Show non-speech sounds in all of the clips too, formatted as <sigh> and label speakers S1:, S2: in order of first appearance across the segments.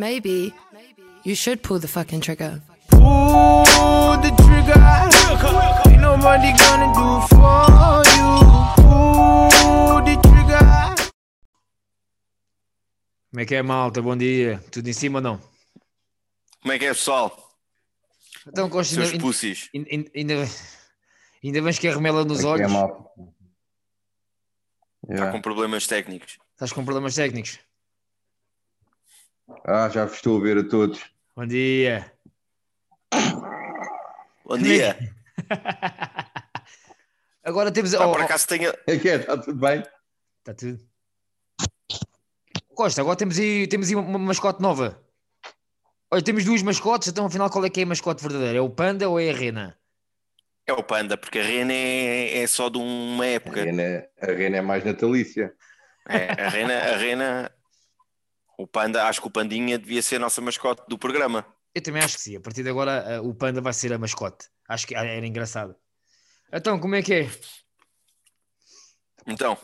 S1: Maybe you should pull the fucking trigger.
S2: Pull the trigger. Ain't nobody gonna do it for you. Pull the trigger.
S3: Como é que é, malta? Bom dia. Tudo em cima ou não?
S4: Como é que é, pessoal?
S3: Então, Costa,
S4: Seus
S3: ainda,
S4: pussies.
S3: ainda, ainda, ainda, ainda vens que a remela
S4: é
S3: nos
S5: é
S3: olhos. Tá
S4: Está com problemas técnicos.
S3: Estás com problemas técnicos.
S5: Ah, já vos estou a ver a todos. <laughs>
S3: Bom dia. <laughs>
S4: Bom dia.
S3: Agora temos.
S4: Pá,
S3: oh,
S4: por
S3: oh,
S4: acaso tenho.
S5: É que é, está tudo bem?
S3: Está Tá tudo. Costa, agora temos aí, temos aí uma mascote nova. Olha, temos duas mascotes, então afinal qual é que é a mascote verdadeira? É o Panda ou é a Rena?
S4: É o panda, porque a Rena é, é só de uma
S5: A
S4: época.
S5: Rena, a Rena é mais natalícia.
S4: É, a Rena, a Rena. O panda, acho que o pandinha devia ser a nossa mascote do programa.
S3: Eu também acho que sim. A partir de agora ah, o Panda vai ser a mascote. Acho que ah, era engraçado. Então, como é que é?
S4: Então,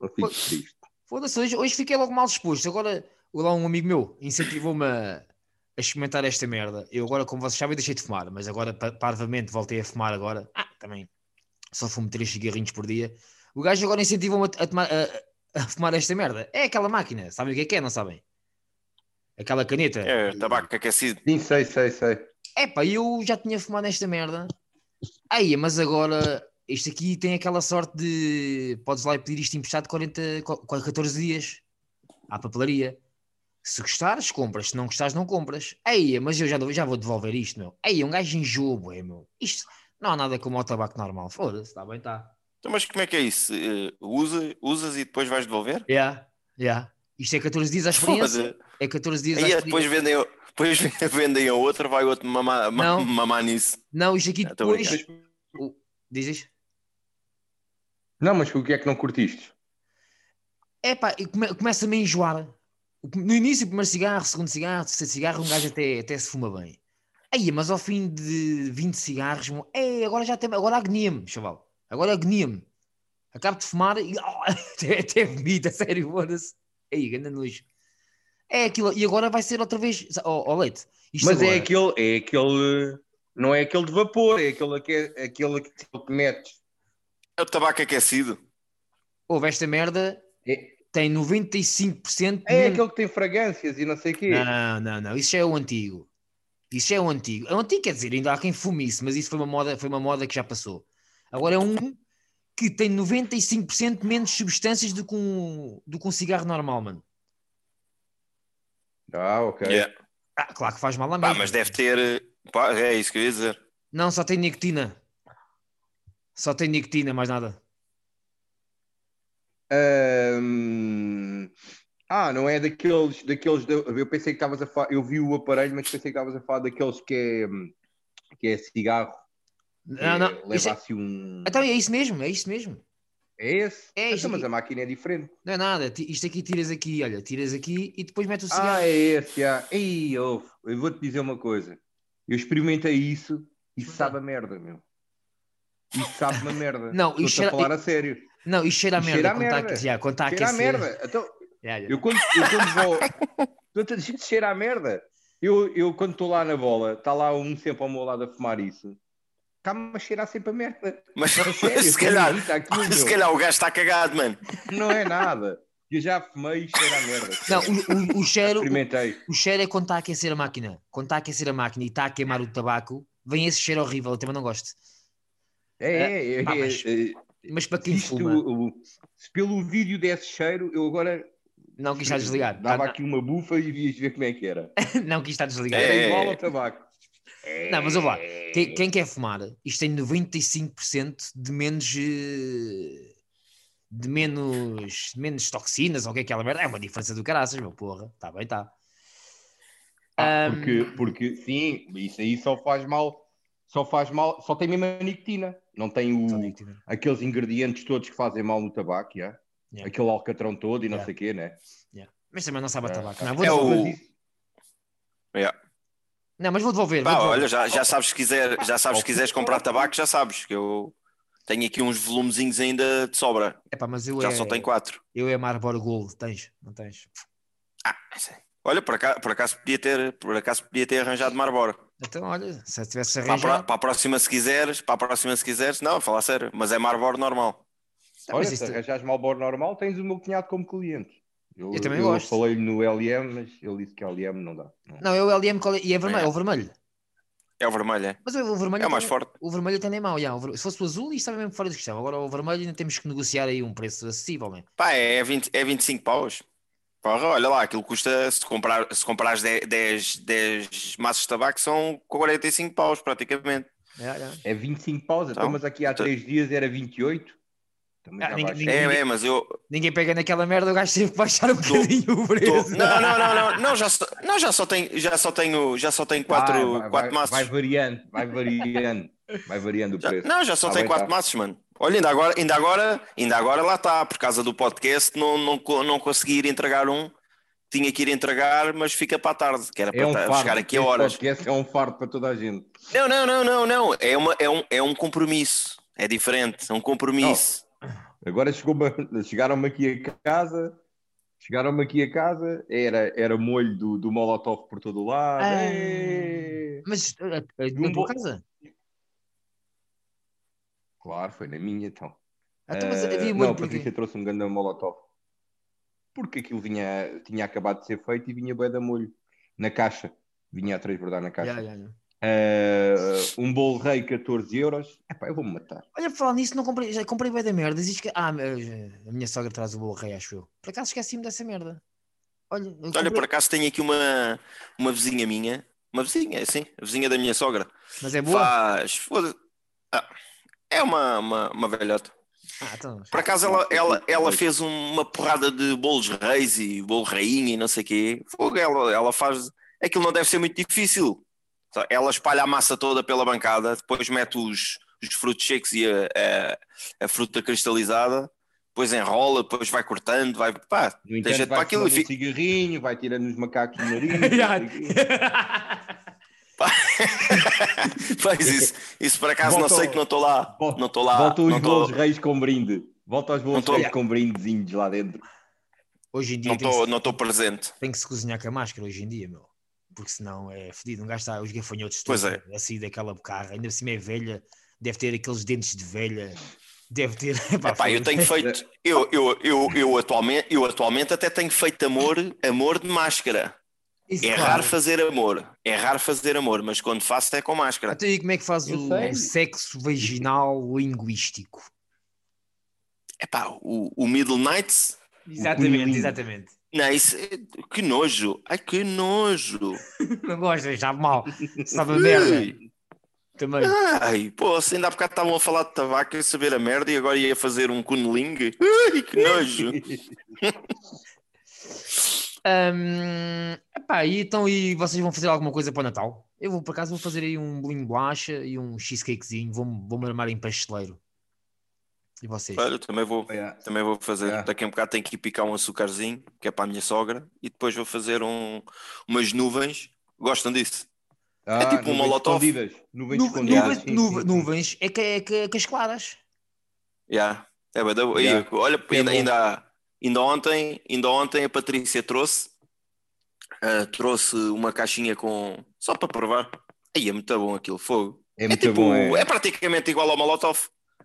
S5: Não fico triste.
S3: Foda-se, hoje, hoje fiquei logo mal disposto. Agora, lá um amigo meu incentivou-me a, a experimentar esta merda. Eu agora, como vocês sabem, deixei de fumar, mas agora, pa- parvamente, voltei a fumar agora. Ah, também. Só fumo três cigarrinhos por dia. O gajo agora incentivou-me a, a tomar- a- a fumar esta merda. É aquela máquina. Sabem o que é que é, não sabem? Aquela caneta.
S4: é tabaco aquecido.
S5: Sim, sei, sei, sei.
S3: Epá, eu já tinha fumado esta merda. Aí, mas agora isto aqui tem aquela sorte de podes lá e pedir isto emprestado 40, co- co- 14 dias à papelaria. Se gostares, compras. Se não gostares, não compras. Aí, mas eu já, dou- já vou devolver isto, meu. Aí, um gajo enjoa, é, meu. Isto não há nada como o tabaco normal. Foda-se, está bem, está.
S4: Então, mas como é que é isso? Eh, usa, usas e depois vais devolver?
S3: Yeah, yeah. Isto é 14 dias à experiência.
S4: Foda-se.
S3: É 14 dias à
S4: Aí é,
S3: experiência.
S4: depois vendem, ao- depois <laughs> vendem a outra, vai outro mamar, ma-
S3: Não.
S4: mamar nisso.
S3: Não, isto aqui
S4: Ah, tô
S3: depois.
S4: brincando.
S3: Dizes?
S5: Não, mas o que é que não curtiste?
S3: é pá, e come, começa-me a enjoar. O prim- No início, primeiro cigarro, segundo cigarro, terceiro cigarro, um gajo até, até se fuma bem. Aí, mas ao fim de 20 cigarros, mo- é, agora já tem, agora agnia-me, chaval. Agora agnia-me. Acabo de fumar e <laughs> oh, até, até vomito, a sério, foda-se. Aí, grande nojo. É aquilo, e agora vai ser outra vez, ó ó, leite. Isto
S5: Mas
S3: agora-
S5: é aquele, é aquele. Não é aquele de vapor, é aquele que, aquele que, que metes.
S4: É o tabaco aquecido.
S3: Houve esta merda,
S5: É,
S3: tem 95% de
S5: é
S3: menos-
S5: aquele que tem fragrâncias e não sei o quê.
S3: Hum. Não, não, não. Isso já é o antigo. Isso já é o antigo. É o antigo, quer dizer, ainda há quem fume isso, mas isso foi uma moda, foi uma moda que já passou. Agora é um que tem 95% menos substâncias do que, um, do que um cigarro normal, mano.
S5: Ah, ok.
S4: Yeah.
S3: Ah, claro que faz mal à
S4: Pá,
S3: mesma.
S4: mas deve ter. eh, pá, é isso que eu ia dizer.
S3: Não, só tem nicotina. Só tem nicotina, mais nada.
S5: Ahm, Ah, não é daqueles, daqueles de- eu pensei que estavas a falar, eu vi o aparelho, mas pensei que estavas a falar daqueles que é, hum, que é cigarro, que
S3: Não, não.
S5: leva
S3: Isso é-
S5: assim um...
S3: Então é isso mesmo, é isso mesmo.
S5: É esse?
S3: É
S5: Então,
S3: isso
S5: mas
S3: aqui.
S5: a máquina é diferente.
S3: Não é nada. Ti- Isto aqui tiras aqui, olha, tiras aqui e depois mete o cigarro.
S5: Ah, é esse, já. Ei, ouve, eu vou-te dizer uma coisa. Eu experimentei isso e sabe a merda, meu. E sabe uma merda.
S3: Não,
S5: Estou-te
S3: isto era-
S5: a falar a sério.
S3: Não, isto cheira a
S5: Isto
S3: merda.
S5: cheira a
S3: quando tá
S5: merda.
S3: aqui- já, quando tá
S5: Cheira a
S3: aquecer.
S5: merda. Então,
S3: Já, já.
S5: Eu quando, eu quando vou. Estou a dizer que cheira a merda. Eu, eu quando estou lá na bola, está lá um sempre ao meu lado a fumar isso. Está-me a cheirar sempre a merda.
S3: <laughs>
S4: Mas, <laughs>
S5: A sério,
S4: mas se
S5: está
S4: calhar.
S5: aqui, está aqui,
S4: <laughs>
S5: meu.
S4: Se calhar o gajo está cagado, mano.
S5: Não é nada. Eu já fumei e cheira a merda.
S3: Não, o, o, o cheiro,
S5: Experimentei.
S3: O cheiro é quando está a aquecer a máquina. Quando está a aquecer a máquina e está a queimar o tabaco, vem esse cheiro horrível. Eu também não gosto.
S5: É, é, é,
S3: Ah, Pá, mas
S5: é, é,
S3: Mas para quem
S5: isto,
S3: fuma,
S5: o- o- se pelo vídeo desse cheiro, eu agora
S3: não que isto está desligado. Tá,
S5: dava
S3: não,
S5: aqui uma bufa e vias ver como é que
S3: <laughs>
S5: era.
S3: não que isto está desligado.
S4: É.
S5: Era igual ao tabaco.
S3: Não, mas vamos lá. Quem, quem quer fumar, isto tem 95% de menos. eh, de menos. de menos toxinas ou o que é aquela merda. É uma diferença do caraças, meu porra. Está bem, tá. está.
S5: Ah, porque, porque sim, isso aí só faz mal, só faz mal, só tem mesmo a nicotina, não tem
S4: Hum.
S5: o- aqueles ingredientes todos que fazem mal no tabaco, yeah?
S3: Yeah.
S5: aquele alcatrão todo e não
S3: Yeah.
S5: sei o quê, né?
S3: Mas também não sabe a
S5: Ah,
S3: tabaco.
S5: ah.
S3: Não, vou
S4: É
S3: devolver.
S4: o-
S5: Mas isso-
S3: não, mas vou
S5: É
S3: devolver.
S4: Pá,
S3: vou devolver.
S4: olha, já, já sabes que quiser, já sabes que quiseres comprar tabaco, já sabes que eu tenho aqui uns volumezinhos ainda de sobra.
S3: Epá, mas eu
S4: Já
S3: é-
S4: só tenho quatro.
S3: Eu é Marlboro Gold, tens, não tens?
S4: Ah, não sei. Olha, por acaso, por acaso, podia, ter, por acaso podia ter arranjado Marlboro.
S3: Então, olha, se eu tivesse
S4: Para a, pro-
S3: arranjado.
S4: para a próxima, se quiseres, para a próxima, se quiseres, não, falar sério, mas é Marlboro normal.
S5: Olha,
S3: mas
S5: se
S3: isto-
S5: arranjares Malboro normal, tens o meu cunhado como cliente.
S3: Eu também
S5: eu
S3: gosto.
S5: falei-lhe no LM, mas ele disse que LM não dá. Não.
S3: Não, é o LM qual é- e é vermelho, é o vermelho.
S4: É o vermelho, é.
S3: Mas o o vermelho
S4: É o mais
S3: até-
S4: forte.
S3: O vermelho até nem mau, já. O ver- se fosse o azul, isto estava mesmo fora de questão. Agora o vermelho ainda temos que negociar aí um preço acessível, man.
S4: Pá, é, 20, é 25 paus. Porra, olha lá, aquilo custa, se, comprar, se comprares 10, 10, 10 maços de tabaco, são 45 paus praticamente.
S3: Já, já.
S5: É 25 paus, então,
S4: Então,
S5: mas aqui há
S4: tu-
S5: 3 dias era 28. Também
S3: Ah,
S5: já
S3: ninguém-
S5: baixa.
S3: ninguém-
S4: É, é, mas eu.
S3: Ninguém pega naquela merda, o gajo teve que baixar um bocadinho o
S4: tô-
S3: preço.
S4: Não, não, não, não, não, já só, não, já só tenho, já só tenho, já só tenho 4
S5: Vai, vai,
S4: quatro
S5: vai,
S4: maços.
S5: vai variando, vai variando, vai variando o
S4: Já-
S5: preço.
S4: não, já só
S5: Tá
S4: tem
S5: bem,
S4: quatro
S5: tá.
S4: maços, mano. Olha, ainda agora, ainda agora, ainda agora lá está, por causa do podcast, não, não, co- não consegui ir entregar um. Tinha que ir entregar, mas fica para a tarde, que era para
S5: É um
S4: ta-
S5: fardo.
S4: chegar aqui tá a
S5: este
S4: horas.
S5: podcast é um fardo para toda a gente.
S4: Não, não, não, não, não. É, uma, é, um, é um compromisso. É diferente, é um compromisso.
S5: Agora chegou-me- chegaram-me aqui a casa, chegaram-me aqui a casa, era, era molho do, do Molotov por todo o lado.
S3: Ah.
S5: Ei!
S3: Mas eh, eh,
S5: Um
S3: na
S5: bom-
S3: tua casa?
S5: Claro, foi na minha então.
S3: Então, mas
S5: Ah,
S4: Eh,
S3: havia
S5: não,
S3: molho
S5: a
S3: porquê?
S5: Patrícia trouxe um grande molotov. Porque aquilo vinha, tinha acabado de ser feito e vinha bué de molho na caixa. Vinha a transbordar na caixa.
S3: Já, já, já.
S5: Ah, um bolo rei 14 euros. Epá, eu vou-me matar.
S3: Olha, por falar nisso, não comprei, já comprei bem da merda. Diz que, ah, mas, eh, a minha sogra traz o bolo rei, acho eu. Por acaso esqueci-me dessa merda. Olha, eu
S5: um
S4: Olha,
S3: comprei-
S4: por acaso tenho aqui uma, uma vizinha minha, uma vizinha, sim, a vizinha da minha sogra.
S3: mas é boa.
S4: Faz. foda- ah, é uma, uma, uma velhota.
S3: Ah, então, <laughs>
S4: Por acaso ela, ela, ela fez um, uma porrada de bolos reis e bolo rainha e não sei o quê. Fogo, ela, ela faz. Aquilo não deve ser muito difícil. Só Ela espalha a massa toda pela bancada, depois mete os, os frutos secos e a, a, a fruta cristalizada, depois enrola, depois vai cortando, vai. Pá, <laughs>
S5: No
S4: tem
S5: entanto,
S4: jeito para
S5: vai
S4: aquilo
S5: fumando
S4: e
S5: um
S4: fica.
S5: cigarrinho, vai tirando os macacos do
S3: <laughs>
S5: nariz. não sei o quê.
S4: Faz isso. Isso por acaso não
S5: Volta
S4: sei
S5: ao-
S4: que não estou lá.
S5: Vol-
S4: Não estou lá.
S5: Volta os
S4: não tô-
S5: bolos reis com brinde. Volta aos bolos
S4: Não tô-
S5: reis com brindezinhos
S4: <laughs>
S5: lá dentro.
S3: Hoje em
S4: não
S3: dia tem
S4: estou
S3: que,
S4: não estou presente.
S3: tem que se cozinhar com a máscara, hoje em dia, meu. Porque senão é fedido. Um gajo está, os gafanhotos
S4: Pois é.
S3: todos a sair daquela bocarra. Ainda assim é velha, deve ter aqueles dentes de velha. Deve ter. <laughs> Epá,
S4: Epá, É eu
S3: foda-se.
S4: tenho feito, eu, eu, eu, eu, atualmente, eu atualmente até tenho feito amor, amor de máscara.
S3: Isso,
S4: É
S3: claro.
S4: raro fazer amor, é raro fazer amor, mas quando faço é com máscara.
S3: Então, e como é que faz
S5: Eu
S3: o,
S5: sei.
S3: o sexo vaginal linguístico?
S4: Epá, É o, o Middle Nights,
S5: cunhilinho.
S3: Exatamente, exatamente.
S4: não, isso, é- que nojo, ai que nojo.
S3: Não gostas, sabe <laughs> mal. Sabe a merda.
S4: Ui,
S3: Também.
S4: Ai, pô, se ainda há bocado estavam a falar de tabaco e saber a merda e agora ia fazer um cunelingue. Ai, que nojo.
S3: Hum, epá, e então, e vocês vão fazer alguma coisa para o Natal? Eu vou, por acaso, vou fazer aí um bolinho de bolacha e um cheesecakezinho. Vou-me vou armar em pasteleiro. E vocês?
S4: Olha, eu também vou,
S5: <laughs> Yeah.
S4: também vou fazer.
S5: É.
S4: Daqui a um bocado tenho que ir picar um açucarzinho, que é para a minha sogra, e depois vou fazer um, umas nuvens. Gostam disso?
S5: Ah,
S4: tipo um
S5: nuvens
S4: molotov.
S5: escondidas, Nuvens
S3: Nu-
S5: escondidas,
S3: nuvens-
S5: sim,
S3: nu-
S5: sim, sim.
S3: Nuvens é que, é que, é que as claras.
S4: Yeah. É, bué da-
S5: Yeah.
S4: e, olha,
S5: É
S4: ainda,
S5: bom.
S4: ainda, ainda ontem, ainda ontem a Patrícia trouxe, ah, trouxe uma caixinha com. Só para provar. Aí é muito bom aquilo, fogo.
S5: É
S4: É,
S5: muito
S4: tipo,
S5: bom.
S4: é...
S5: É,
S4: praticamente igual ao Molotov.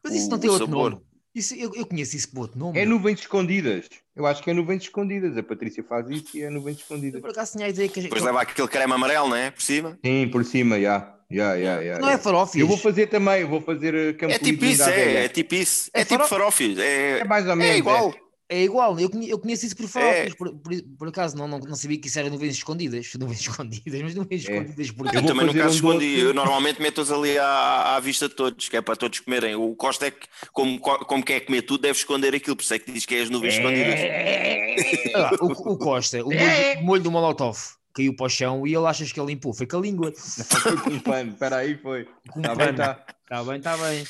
S3: Mas isso
S4: O
S3: não tem outro
S4: sabor.
S3: nome. Isso, eu, eu conheço isso por outro nome.
S5: É nuvens escondidas. Eu acho que é nuvens escondidas. A Patrícia faz isso e é nuvens
S3: Eu,
S5: escondidas.
S3: por acaso, tinha a ideia que.
S5: Então.
S4: Depois leva aquele creme amarelo, não é? Por cima.
S5: Sim, por cima, já. Já, já, já.
S3: Não é
S5: já.
S3: farófias.
S5: Eu vou fazer também, eu vou fazer eh, campo
S4: É tipo
S5: livre
S4: isso,
S5: da
S4: é,
S5: abelha.
S4: é tipo isso.
S3: É
S4: É tipo
S3: farol-
S4: farófias.
S5: É
S4: É,
S5: mais ou menos.
S4: é igual.
S3: É igual, eu, conhe- eu conheço isso por farófias.
S4: É.
S3: Por, por- por acaso, não, não, não sabia que isso era nuvens escondidas. <laughs> Nuvens escondidas, mas nuvens
S5: É.
S3: escondidas porque.
S4: Eu,
S5: Eu vou
S4: Ah, também
S5: fazer
S4: nunca
S5: um
S4: as escondi.
S5: doce.
S4: Eu normalmente meto-os ali à, à vista de todos, que é para todos comerem. O Costa é que, como, co- como quer comer tudo, deve esconder aquilo. Por isso é que diz que é as nuvens escondidas.
S3: Ah, o, o Costa, o molho, o molho do Molotov caiu para o chão e ele achas que ele limpou. Foi com a língua.
S5: <laughs> Foi com um pano, peraí, foi.
S3: Com
S5: Tá
S3: um
S5: bem,
S3: pano.
S5: tá.
S3: Está bem, está bem.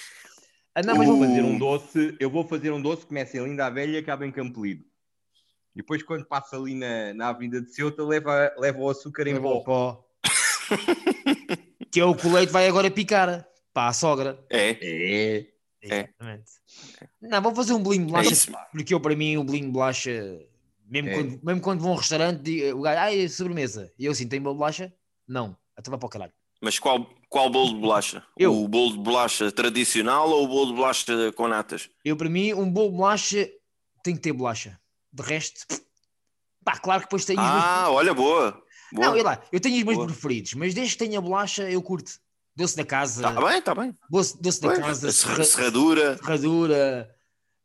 S3: Ah, não,
S5: Eu
S3: mas
S5: vou
S3: vou-
S5: fazer um doce, eu vou fazer um doce, começa em Linda a Velha e acaba em Campo Lido. E depois, quando passa ali na, na Avenida de Ceuta, leva, leva o açúcar em
S3: É bom,
S5: volta.
S3: pó. que é o que o leite vai agora picar para a sogra.
S4: É.
S5: É.
S4: É.
S3: Exatamente. Não, vou fazer um bolinho de bolacha
S4: isso,
S3: porque eu, para mim, o bolinho de um bolacha Mesmo,
S5: É.
S3: quando, mesmo quando vou a um restaurante, digo- o gajo, ai, sobremesa. E eu assim, tem bolacha? Não. Até vai para o caralho.
S4: Mas qual, qual bolo de bolacha?
S3: Eu.
S4: O bolo de bolacha tradicional ou o bolo de bolacha com natas?
S3: Eu, para mim, um bolo de bolacha tem que ter bolacha. De resto, pff. pá, claro que depois tenho os meus-
S4: Ah, olha, boa. boa.
S3: Não, e lá, eu tenho os meus
S4: Boa.
S3: preferidos, mas desde que tenha bolacha, eu curto. Doce da casa,
S4: Está Tá bem, está bem.
S3: doce, doce da
S4: Pois,
S3: casa,
S4: a serra-
S3: serra-
S4: serradura.
S3: serradura.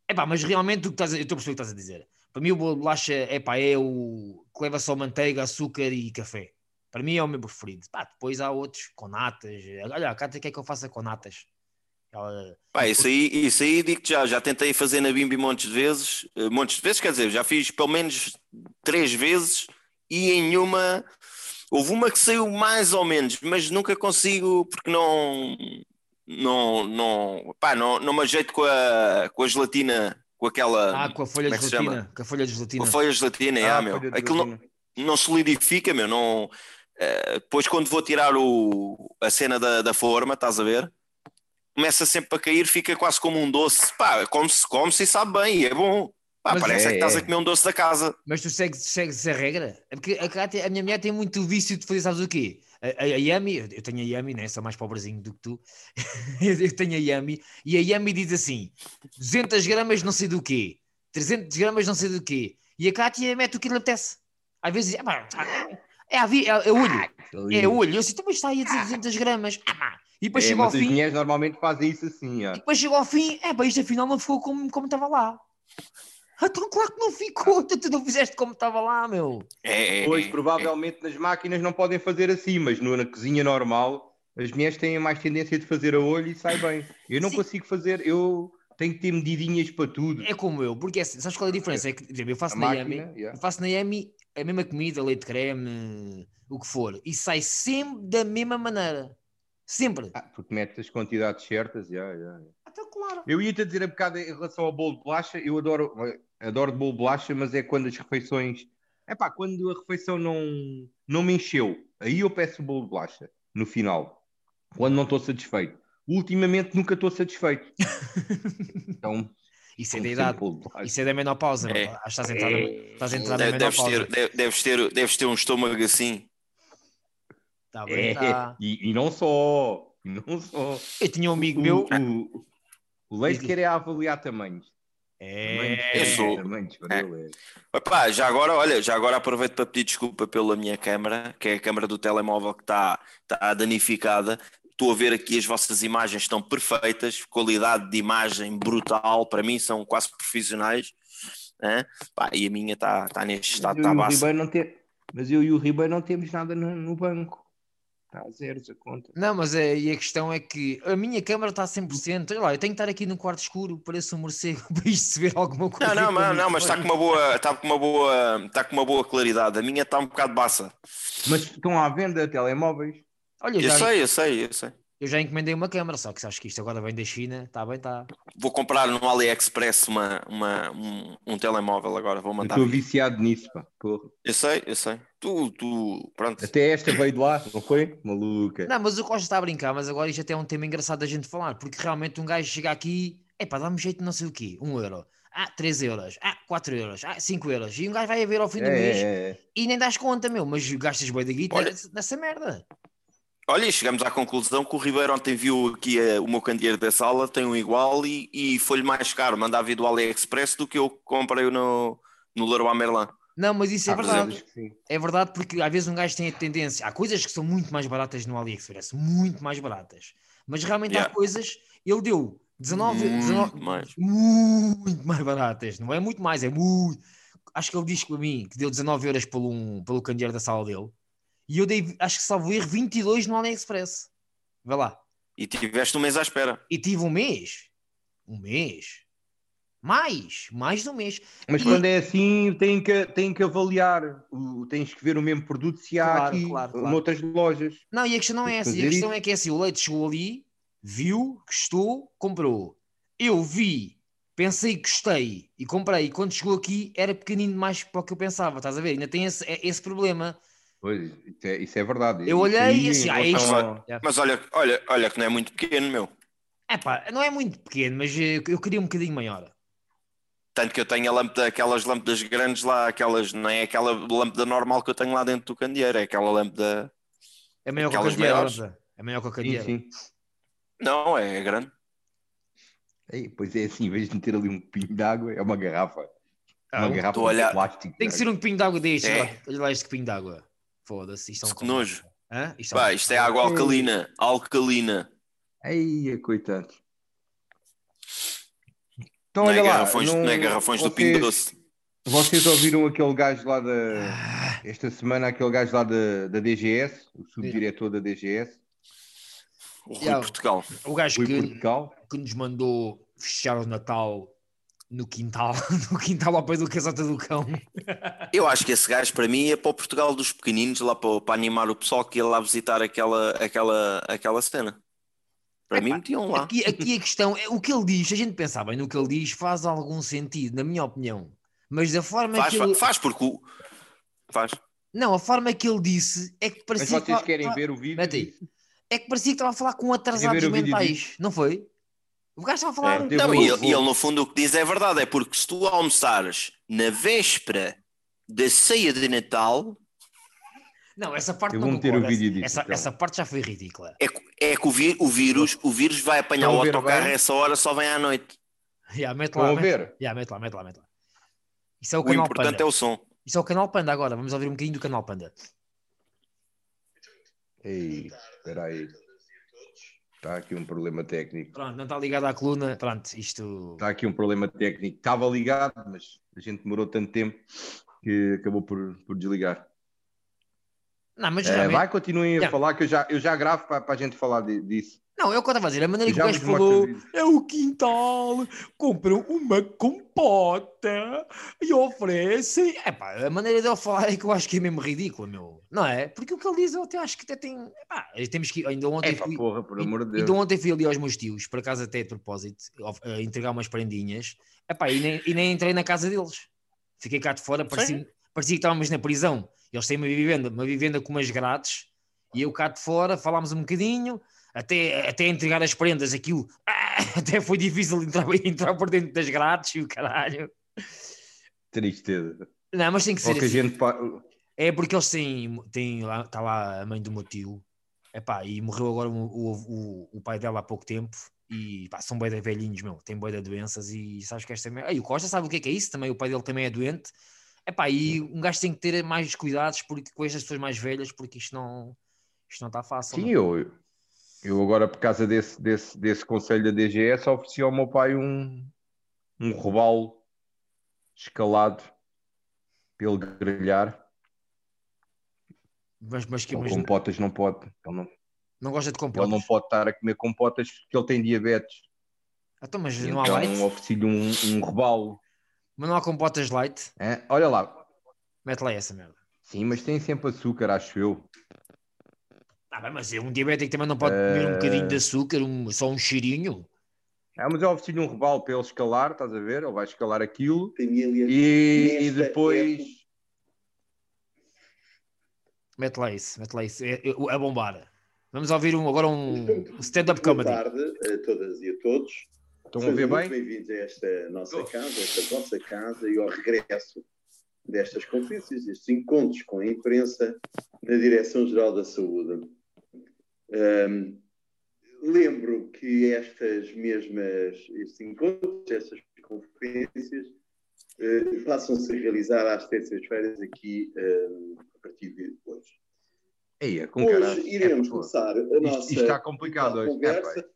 S3: Epá, mas realmente o que estás a... eu estou a perceber o que estás a dizer. Para mim, o bolo de bolacha epá, é o que leva só manteiga, açúcar e café. Para mim é o meu preferido. Pá, depois há outros com natas. Olha, a Cátia quer que eu faça com natas. Ela-
S4: Pá, isso aí, isso aí digo-te já, já tentei fazer na Bimbi montes de vezes, eh, montes de vezes, quer dizer, já fiz pelo menos três vezes e em uma, houve uma que saiu mais ou menos, mas nunca consigo porque não, não, não, pá, não, não me ajeito com a, com a gelatina, com aquela,
S3: Ah, com a folha
S4: como é
S3: de
S4: que se
S3: gelatina. Com a folha de
S4: com
S3: gelatina.
S4: a folha de gelatina, é,
S5: Ah,
S4: meu,
S5: folha de
S4: aquilo não,
S5: gelatina.
S4: não solidifica, meu, não, eh, depois quando vou tirar o, a cena da, da forma, estás a ver? Começa sempre a cair, fica quase como um doce, pá, come-se come e sabe bem, e é bom. Pá,
S3: Mas-
S4: parece é que
S5: É,
S4: estás
S5: é.
S4: a comer um doce da casa.
S3: Mas tu segues, segues a regra? É porque a, Cátia- a minha mulher tem muito vício de fazer, sabes o quê? A, a, a Yami, eu tenho a Yami, né? Sou mais pobrezinho do que tu. <laughs> eu, eu tenho a Yami e a Yami diz assim: 200 gramas não sei do quê, 300 gramas não sei do quê. E a Cátia mete o que lhe apetece. Às vezes, ah, pá, é, a vi- é, é olho, é olho. Eu assim, então, mas está aí a dizer 200 gramas. Ah, pá. E depois
S5: É,
S3: chegou ao
S5: mas as
S3: fim,
S5: mulheres normalmente fazem isso assim, ó.
S3: depois chegou ao fim, é pá, isto afinal não ficou como, como estava lá. Então, claro que não ficou, Então tu tu não fizeste como estava lá, meu.
S4: É, é,
S5: Pois,
S4: é.
S5: provavelmente nas máquinas não podem fazer assim, mas no- na cozinha normal as mulheres têm mais tendência de fazer a olho e sai bem. Eu não
S3: Sim.
S5: consigo fazer, eu tenho que ter medidinhas para tudo.
S3: É como eu, porque é, assim, sabes qual é a diferença? É que, por exemplo, eu
S5: A
S3: faço na Yami,
S5: máquina, yeah.
S3: eu faço na Yami a mesma comida, leite de creme, o que for, e sai sempre da mesma maneira. Sempre.
S5: Ah, porque metes as quantidades certas, yeah, yeah, yeah.
S3: Até claro.
S5: Eu ia-te dizer a bocado em relação ao bolo de bolacha, eu adoro, adoro bolo de bolacha, mas é quando as refeições. É pá, quando a refeição não, não me encheu, aí eu peço o bolo de bolacha, no final, quando não estou satisfeito. Ultimamente nunca
S3: <laughs>
S5: estou satisfeito. Então,
S3: Isso é
S5: como
S3: da
S5: sempre,
S3: idade.
S5: bolo de bolacha.
S3: Isso é da menopausa,
S4: É.
S3: meu. Acho que estás a entrar, na- estás
S5: um
S3: a
S5: é
S3: entrar na
S4: Deve- Deves ter,
S3: menopausa.
S4: deve- deves, ter, deves ter um estômago assim.
S3: Tá
S5: É,
S3: bem, tá.
S5: e, e não só, e não só.
S3: Eu tinha um amigo
S5: O-
S3: meu.
S5: o, o leite quer é avaliar tamanhos.
S3: É.
S4: Eu sou-
S5: Tamanhos, para
S4: É.
S5: ele é-
S4: Epá, já agora, olha, já agora aproveito para pedir desculpa pela minha câmara, que é a câmara do telemóvel que está está danificada. Estou a ver aqui as vossas imagens estão perfeitas, qualidade de imagem brutal, para mim são quase profissionais. hã? Pá, e a minha está está neste
S5: Mas
S4: estado,
S5: eu
S4: está
S5: e o
S4: base.
S5: Ribeiro não te- Mas eu e o Ribeiro não temos nada no, no banco. Está a zeros a conta.
S3: Não, mas é, e a questão é que a minha câmara está a 100%. Olha lá, eu tenho que estar aqui num quarto escuro, pareço um morcego <laughs> para isto se ver alguma coisa.
S4: Não, não,
S3: para
S4: não,
S3: mim.
S4: não, mas está com uma boa, está com uma boa, está com uma boa claridade. A minha está um bocado baça.
S5: Mas estão à venda telemóveis?
S3: Olha, eu
S4: Eu
S3: já,
S4: sei, eu sei, eu sei.
S3: eu já encomendei uma câmara, só que acho que isto agora vem da China. Está bem, tá. está.
S4: Vou comprar no AliExpress uma, uma, um, um telemóvel agora, vou
S5: Eu
S4: mandar.
S5: estou viciado nisso, pá. Porra.
S4: Eu sei, eu sei. Tu, tu, pronto.
S5: Até esta veio de lá, não foi? Maluca.
S3: Não, mas o Costa está a brincar, mas agora isto até é um tema engraçado da gente falar, porque realmente um gajo chega aqui, epá, dá-me jeito de não sei o quê, um euro, ah, 3 euros, ah, 4 euros, ah, 5 euros, e um gajo vai a ver ao fim do
S5: É,
S3: mês
S5: é, é.
S3: e nem das conta, meu, mas gastas bem da guita
S4: Olha-
S3: nessa- nessa merda.
S4: Olha, e chegamos à conclusão que o Ribeiro ontem viu aqui eh, o meu candeeiro da sala, tem um igual e, e foi-lhe mais caro mandar vir do AliExpress do que eu comprei no, no Leroy Merlin.
S3: Não, mas isso é
S4: Ah, mas
S3: verdade.
S5: Acho que sim.
S3: É verdade, porque às vezes um gajo tem a tendência. Há coisas que são muito mais baratas no AliExpress, muito mais baratas. Mas realmente há
S4: Yeah. Hum.
S3: coisas. Ele deu 19,
S4: Muito
S3: 19
S4: mais.
S3: muito mais baratas. Não é muito mais, é muito. Acho que ele diz para mim que deu 19 euros pelo, um- pelo candeeiro da sala dele. E eu dei, acho que salvo erro, 22 no AliExpress. Vai lá.
S4: E tiveste um mês à espera.
S3: E tive um mês. Um mês. Mais. Mais de um mês.
S5: Mas
S3: E-
S5: quando é assim, tem que, tem que avaliar. O, tens que ver o mesmo produto se há
S3: Claro,
S5: aqui
S3: claro, claro.
S5: noutras lojas.
S3: Não, e a questão não é
S5: Tem que
S3: essa. E a
S5: fazer
S3: questão
S5: isso.
S3: é que é assim: o leite chegou ali, viu, gostou, comprou. Eu vi, pensei que gostei e comprei. E quando chegou aqui, era pequenino demais para o que eu pensava, estás a ver? Ainda tem esse, é- esse problema.
S5: Pois, isso é, isso é verdade.
S3: Eu olhei e assim,
S5: em
S3: ah, isto-
S5: relação ao-
S3: Yeah.
S4: Mas olha, olha, olha que não é muito pequeno, meu.
S3: Epá, não é muito pequeno, mas eh, eu queria um bocadinho maior.
S4: Tanto que eu tenho a lâmpada, aquelas lâmpadas grandes lá, aquelas, não é aquela lâmpada normal que eu tenho lá dentro do candeeiro, é aquela lâmpada.
S3: É maior que o
S4: Aquelas
S3: candeeiro.
S4: maiores.
S3: Rosa. É maior que o
S5: Sim,
S3: candeeiro.
S5: sim.
S4: Não, é grande.
S5: Ei, pois é assim, em vez de meter ali um pinho de água, é uma garrafa.
S3: Ah,
S5: uma
S3: um-
S5: garrafa
S4: estou a olhar.
S5: de plástico.
S3: Tem que ser um pinho de água deste.
S4: É.
S3: olha- Olha lá este pinho de água. Foda-se. Isto é um
S4: Que nojo.
S3: Hã? Isto é um-
S4: Pá, isto é água
S5: Ei.
S4: alcalina, alcalina.
S5: Ei, coitado. Então,
S4: Não é,
S5: olha lá.
S4: garrafões,
S5: não-
S4: não é garrafões do
S5: vocês-
S4: Pingo Doce. Ah.
S5: Vocês ouviram aquele gajo lá da. Esta semana, aquele gajo lá da, da DGS, o subdiretor da DGS,
S4: O Rui
S3: Yeah.
S4: Portugal.
S3: O gajo
S5: Rui
S3: que,
S5: Portugal.
S3: que nos mandou fechar o Natal no quintal, <laughs> no quintal ao pé do casota do cão.
S4: Eu acho que esse gajo, para mim, é para o Portugal dos pequeninos, lá para, para animar o pessoal que ia lá visitar aquela, aquela, aquela cena. Para mim, metiam lá.
S3: Aqui, aqui a questão é o que ele diz. Se a gente pensar bem no que ele diz, faz algum sentido, na minha opinião. Mas da forma
S4: Faz,
S3: que ele...
S4: fa- faz porque o. Faz.
S3: Não, a forma que ele disse é que
S5: Mas
S3: parecia
S4: tá-
S5: vocês
S3: que-
S5: querem ver o vídeo?
S3: Mete aí. É que parecia que estava a falar com atrasados
S5: Querem ver o vídeo
S3: mentais, não foi? O gajo estava a falar.
S5: É,
S3: um-
S5: Eu
S4: Não,
S5: vou-
S4: e ele,
S5: vou-
S4: e ele, no fundo o que diz é verdade, é porque se tu almoçares na véspera da ceia de Natal,
S3: Não, essa parte
S5: Eu
S3: não
S5: vou meter
S3: concordo,
S5: o vídeo
S3: essa-
S5: disso,
S3: Essa,
S5: então.
S3: essa parte já foi ridícula. <laughs>
S4: é, que- é que o, vi- o vírus, o vírus vai apanhar
S5: Estão
S4: o
S5: a ver
S4: autocarro a
S5: bem?
S4: essa hora, só vem à noite.
S3: Yeah, mete lá,
S5: Estão a
S3: mete,
S5: ver?
S3: yeah, mete lá, mete lá, mete lá. Isso é o,
S4: O
S3: canal
S4: importante
S3: Panda.
S4: é o som.
S3: Isso é o canal Panda agora. Vamos ouvir um bocadinho do canal Panda.
S5: Ei, espera aí. Está aqui um problema técnico.
S3: Pronto, não está ligado à coluna. Pronto, isto.
S5: Está aqui um problema técnico. Estava ligado, mas a gente demorou tanto tempo que acabou por, por desligar.
S3: Não, mas
S5: Eh,
S3: realmente-
S5: vai, continuem a
S3: Yeah.
S5: falar, que eu já, eu já gravo para, a gente falar di- disso.
S3: Não, é o que eu estava a dizer. A maneira
S5: Eu
S3: que o
S5: já
S3: gajo
S5: vos mostro
S3: falou.
S5: o vídeo.
S3: É o quintal, compram uma compota e oferecem. Epá, a maneira dele falar é que eu acho que é mesmo ridícula, meu. Não é? Porque o que ele diz, eu até acho que até tem. Epá, temos que. Ainda ontem,
S5: Epá,
S3: fui,
S5: porra, por amor de Deus.
S3: ainda ontem fui ali aos meus tios, por acaso até de propósito, of- a entregar umas prendinhas. Epá, e nem, e nem entrei na casa deles. Fiquei cá de fora, parecia, parecia que estávamos na prisão. Eles têm uma vivenda, uma vivenda com umas grades, e eu cá de fora falámos um bocadinho, até, até entregar as prendas, aquilo <laughs> ah, até foi difícil entrar, entrar por dentro das grades e o caralho.
S5: Tristeza.
S3: Não, mas tem que ser
S5: Ou que a
S3: assim.
S5: gente. pa-
S3: É porque eles têm, têm lá, está lá a mãe do meu tio, epá, e morreu agora o, o, o- o pai dela há pouco tempo, e pá, são boi de velhinhos, meu, tem boi de doenças, e sabes que esta merda... Ei, o Costa sabe o que é que é isso também, o pai dele também é doente, epá, e um gajo tem que ter mais cuidados porque, com estas pessoas mais velhas, porque isto não... Isto não está fácil.
S5: Sim,
S3: não.
S5: eu, eu agora, por causa desse, desse, desse conselho da DGS, ofereci ao meu pai um, um robalo escalado pelo grelhar.
S3: Mas, mas que
S5: Com
S3: mas
S5: compotas não pode. Ele não,
S3: não gosta de
S5: ele
S3: compotas.
S5: não pode estar a comer compotas porque ele tem diabetes.
S3: Então, mas não há
S5: Então
S3: light?
S5: ofereci-lhe um, um robalo.
S3: Mas não há compotas light?
S5: Hã? Olha lá.
S3: Mete lá essa merda.
S5: Sim, mas tem sempre açúcar, acho eu.
S3: Ah, bem, mas um diabético também não pode comer um
S5: Eh.
S3: bocadinho de açúcar, um- só um cheirinho.
S5: Ah, mas eu ofereci-lhe um robalo para ele escalar, estás a ver? Ele vai escalar aquilo.
S6: família.
S5: E, e
S6: Nesta
S5: depois.
S3: Mete lá isso, mete lá isso. É, é- a bombar. Vamos ouvir um, agora um stand-up
S6: Boa
S3: comedy.
S6: tarde a todas e a todos.
S5: Estão a então, ver
S6: muito
S5: bem?
S6: bem-vindos a esta nossa casa, esta vossa casa e ao regresso destas conferências, destes encontros com a imprensa na Direção-Geral da Saúde. Ahm, lembro que estas mesmas, estes encontros, estas conferências, eh, façam-se realizar às terças-feiras aqui ahm, a partir de hoje.
S5: Aí, é com caralho.
S6: Hoje
S5: É,
S6: iremos
S5: pô.
S6: começar a
S5: Isto,
S6: nossa
S5: isto está complicado hoje. É,
S6: conversa.
S5: Epá,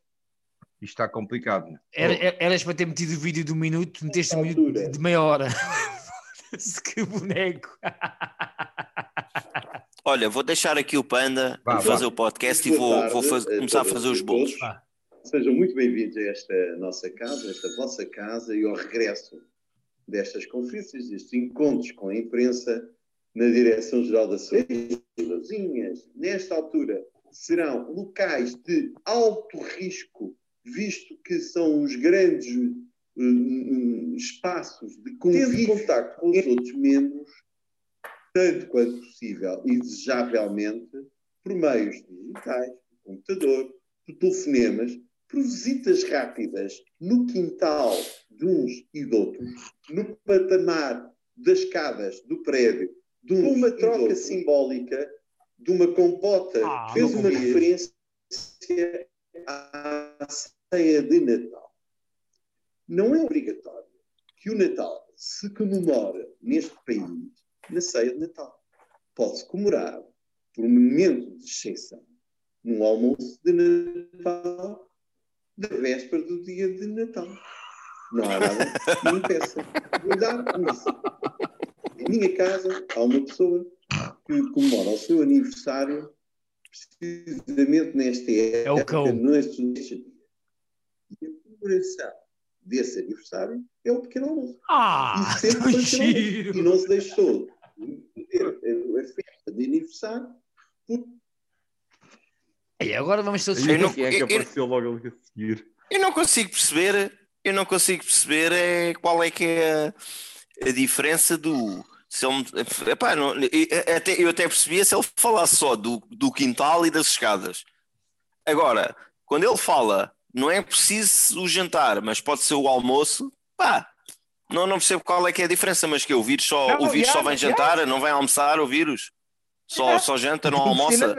S5: isto está complicado. né?
S3: Era- era- eras para ter metido o vídeo de um minuto, meteste um minuto de- de meia hora. <laughs> Foda-se, que boneco.
S4: Olha, vou deixar aqui o Panda
S5: Vá,
S4: e fazer
S5: vá.
S4: o podcast e
S6: Boa
S4: vou,
S6: tarde
S4: vou faz-
S6: a
S4: começar a
S6: todas
S4: fazer
S6: e
S4: os bolos.
S6: todos. Sejam muito bem-vindos a esta nossa casa, esta vossa casa e ao regresso destas conferências, destes encontros com a imprensa na Direção-Geral da Saúde. As cozinhas, nesta altura, serão locais de alto risco, visto que são os grandes hum, hum, espaços de convívio. contacto com os outros membros, tanto quanto possível e desejavelmente, por meios digitais, por computador, por telefonemas, por visitas rápidas no quintal de uns e de outros, no patamar das escadas do prédio, de uns uma troca simbólica de uma compota
S3: Ah,
S6: que fez
S3: não
S6: uma
S3: comia.
S6: referência à ceia de Natal. Não é obrigatório que o Natal se comemora neste país na ceia de Natal. Pode-se comemorar por um momento de exceção num almoço de Natal da véspera do dia de Natal. Não há nada que me impeça de lidar com isso. Em minha casa há uma pessoa que comemora o seu aniversário precisamente nesta
S2: É o
S6: época,
S2: cão.
S6: neste neste dia. E a comemoração desse aniversário é o pequeno almoço.
S2: Ah, <laughs>
S6: E
S2: que
S6: sempre foi
S2: giro!
S6: E não se deixou de ter a a festa de aniversário por
S3: Ei, agora vamos todos.
S4: Eu não-
S5: Quem é que
S4: eu- eu-
S5: apareceu logo ali a seguir?
S4: Eu não consigo perceber, eu não consigo perceber é, qual é que é a, a diferença do. Se ele, me- epá, não- eu, até, eu até percebia se ele falasse só do, do quintal e das escadas. Agora, quando ele fala, não é preciso o jantar, mas pode ser o almoço, pá, não, não percebo qual é que é a diferença, mas que o vírus só,
S5: Não,
S4: o vírus
S5: yeah,
S4: só vem jantar, não vem almoçar, o vírus. Só, só janta, não almoça.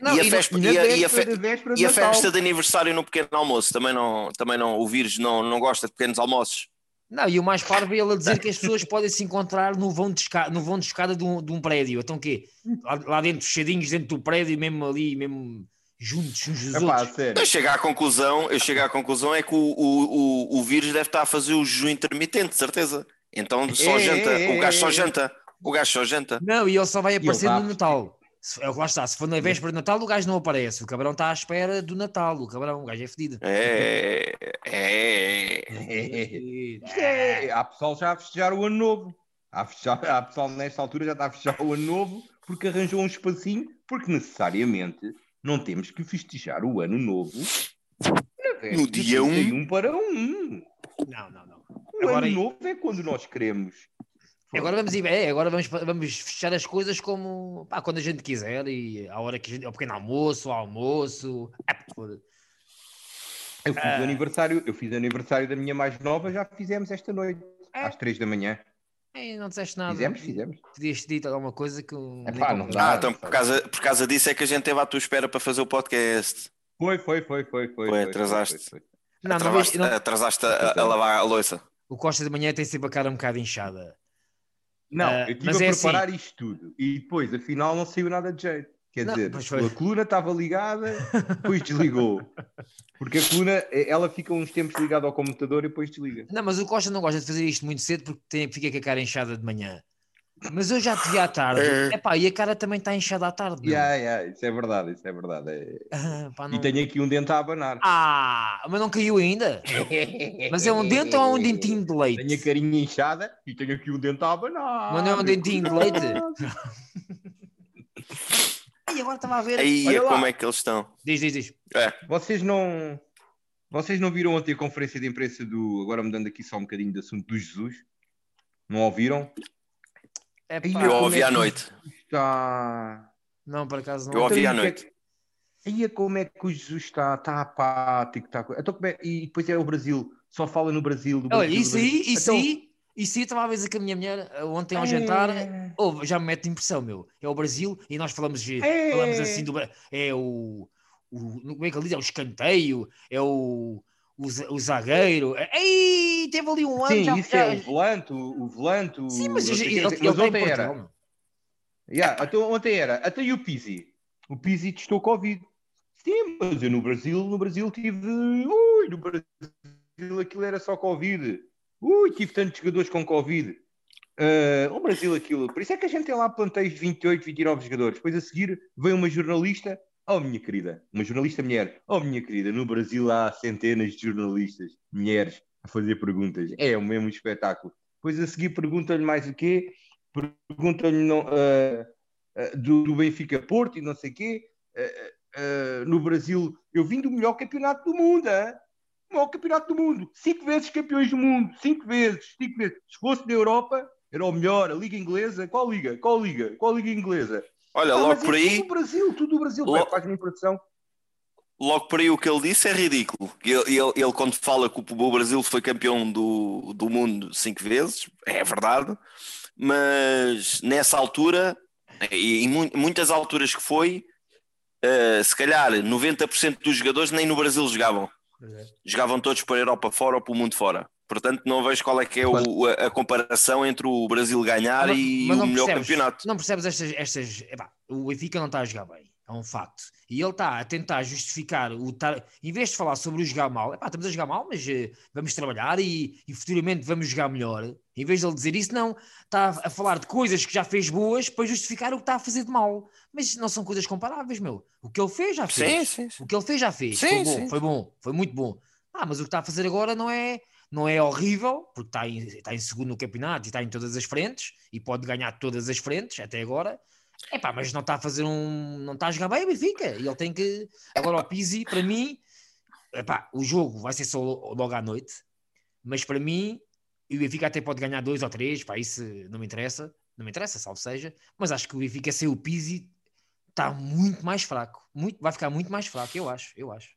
S5: Não,
S4: E a
S5: não-
S4: festa-
S5: na
S4: e a- e a
S5: véspera
S4: fe-
S5: da véspera de
S4: E a
S5: Natal.
S4: festa de aniversário no pequeno almoço também não, também não o vírus não, não gosta de pequenos almoços.
S3: Não, e o mais parvo é ele a dizer que as pessoas podem se encontrar no vão de escada, no vão de, escada de, um, de um prédio. Então o quê? Lá, lá dentro, fechadinhos dentro do prédio, mesmo ali, mesmo juntos uns dos
S5: Epá, É a
S3: outros.
S5: sério.
S4: Eu chego à conclusão, eu chego à conclusão é que o, o, o, o vírus deve estar a fazer o jejum intermitente, de certeza. Então só
S5: É,
S4: janta,
S5: é, é,
S4: o gajo
S5: é,
S4: só
S5: é.
S4: janta, o gajo só janta.
S3: Não, e ele só vai
S5: ele
S3: aparecer
S5: dá.
S3: no Natal. Se, é, lá está, se for na véspera do Natal, o gajo não aparece. O cabrão está à espera do Natal. O cabrão, o gajo é fedido.
S4: É, é, é.
S5: Isto é, há pessoal já a festejar o ano novo. Há, festejar, há pessoal nesta altura já está a festejar o ano novo porque arranjou um espacinho, porque necessariamente não temos que festejar o ano novo na véspera
S4: No dia um.
S5: de 31 para um.
S3: É, Não, não, não.
S5: O
S3: Agora-
S5: ano novo é quando nós queremos.
S3: Agora vamos, ir- é, agora vamos, vamos fechar as coisas como pá, quando a gente quiser e à hora que a gente. Ao pequeno almoço, ao almoço. É, pá, foda.
S5: Eu fiz,
S3: Ah.
S5: o aniversário, eu fiz o aniversário da minha mais nova, já fizemos esta noite,
S3: É.
S5: às 3 da manhã.
S3: Ei, não disseste nada.
S5: Fizemos, fizemos.
S3: Podias ter dito alguma coisa que. eu
S5: É
S3: nem
S5: pá, não
S3: compreendo.
S5: dá.
S4: Ah, então por causa, por causa disso é que a gente teve à tua espera para fazer o podcast.
S5: Foi, foi, foi, foi. Foi,
S4: atrasaste.
S5: foi, foi.
S3: Não, não,
S4: Atravaste-
S3: vejo- não,
S4: Atrasaste a, a lavar a louça.
S3: O Costa de manhã tem sempre a cara um bocado inchada.
S5: Não,
S3: Ah,
S5: eu estive
S3: mas
S5: a
S3: é
S5: preparar isto tudo e depois, afinal, não saiu nada de jeito. Quer
S3: Não,
S5: dizer,
S3: pois foi.
S5: a coluna estava ligada, depois desligou. Porque a coluna, eh, ela fica uns tempos ligada ao computador e depois desliga.
S3: Não, mas o Costa não gosta de fazer isto muito cedo porque tem, fica com a cara inchada de manhã. Mas eu já te vi à tarde.
S4: É.
S3: Epá, e a cara também está inchada à tarde. meu.
S5: Yeah, yeah, isso é verdade, isso é verdade. É-
S3: Ah, <laughs> pá,
S5: E
S3: não-
S5: tenho aqui um dente a abanar.
S3: Ah, mas não caiu ainda? Mas é um dente ou é um dentinho de
S5: Tenho a Ah,
S3: leite?
S5: carinha inchada e tenho aqui um dente a abanar.
S3: Mas não é um dentinho de <laughs> leite? E agora estava a ver.
S4: Aí
S5: Olha lá.
S4: como é que eles estão?
S3: Diz, diz, diz.
S5: Vocês não. Vocês não viram ontem a conferência de imprensa do. Agora mudando aqui só um bocadinho de assunto do Jesus? Não ouviram?
S3: Epá,
S5: Ah,
S4: Eu
S5: como
S4: ouvi
S5: é
S4: à
S5: que-
S4: noite.
S5: Está.
S3: Não, por acaso
S4: Eu
S3: não.
S4: ouvi à
S5: Então, e o que é
S4: noite.
S5: Aí é como é que o Jesus está, está apático. Está... Então, como é- E depois é o Brasil, só fala no Brasil. Do
S3: Olha,
S5: Brasil, do
S3: isso aí,
S5: Brasil.
S3: isso
S5: Então-
S3: aí, isso aí estava a ver com a minha mulher eh, ontem ao jantar.
S5: É.
S3: Oh, já me mete impressão, meu. É o Brasil e nós falamos,
S5: É.
S3: falamos assim do Bra- É o, o. Como é que ele diz? É o escanteio, é o, o, za- o zagueiro. Ei, teve ali um ano.
S5: Sim,
S3: já-
S5: isso
S3: já-
S5: é o volante, o, o volante. o-
S3: Sim, mas,
S5: não sei
S3: ele,
S5: o quê.
S3: ele, ele
S5: Mas
S3: tá em
S5: ontem era.
S3: Portugal, meu.
S5: Yeah, então, ontem era. Até e o Pizzi. O Pizzi testou Covid. Sim, mas eu no Brasil, no Brasil tive. Ui, no Brasil aquilo era só Covid. Ui, tive tantos jogadores com Covid. Ah, o Brasil aquilo. Por isso é que a gente tem lá plantéis de 28, 29 jogadores. Depois a seguir vem uma jornalista. Oh, minha querida, uma jornalista mulher. Oh, minha querida, no Brasil há centenas de jornalistas, mulheres, a fazer perguntas. É o mesmo espetáculo. Depois a seguir pergunta-lhe mais o quê? Pergunta-lhe não, ah, ah, do, do Benfica Porto e não sei quê. Ah, ah, ah, no Brasil, eu vim do melhor campeonato do mundo, hã? O maior campeonato do mundo, cinco vezes campeões do mundo, cinco vezes, cinco vezes. Se fosse da Europa, era o melhor, a Liga Inglesa, qual liga? Qual liga? Qual liga inglesa?
S4: Olha,
S5: Ah,
S4: logo
S5: mas é
S4: por aí.
S5: Tudo o Brasil, tudo o Brasil,
S4: Logo-
S5: faz-me impressão.
S4: logo por aí o que ele disse é ridículo. Ele, ele, ele quando fala que o, o Brasil foi campeão do, do mundo cinco vezes, é verdade, mas nessa altura, e em mu- muitas alturas que foi, eh, se calhar 90% dos jogadores nem no Brasil jogavam.
S5: é.
S4: Jogavam todos para a Europa fora ou para o mundo fora. Portanto, não vejo qual é que é o- a, a comparação entre o Brasil ganhar
S3: Ah, Mas-
S4: e
S3: mas
S4: o
S3: não
S4: melhor
S3: percebes-
S4: campeonato.
S3: Não percebes estas. estas epá, o Benfica não está a jogar bem, é um facto. E ele está a tentar justificar o tar- em vez de falar sobre o jogar mal, epá, estamos a jogar mal, mas eh, vamos trabalhar e, e futuramente vamos jogar melhor. Em vez de ele dizer isso, não, está a falar de coisas que já fez boas para justificar o que está a fazer de mal. Mas não são coisas comparáveis, meu. O que ele fez já fez.
S4: Sim, sim, sim.
S3: O que ele fez já fez.
S4: Sim,
S3: foi bom,
S4: sim.
S3: foi bom, foi muito bom. Ah, mas o que está a fazer agora não é, não é horrível, porque está em, está em segundo no campeonato e está em todas as frentes e pode ganhar todas as frentes até agora. É pá, mas não está a fazer um. não está a jogar bem o Benfica. E ele tem que. Agora o Pizzi, para mim, epá, o jogo vai ser só lo- logo à noite, mas para mim, o Benfica até pode ganhar dois ou três, pá, isso não me interessa, não me interessa, salvo seja, mas acho que o Benfica sem o Pizzi está tá muito mais fraco, muito, vai ficar muito mais fraco, eu acho, eu acho.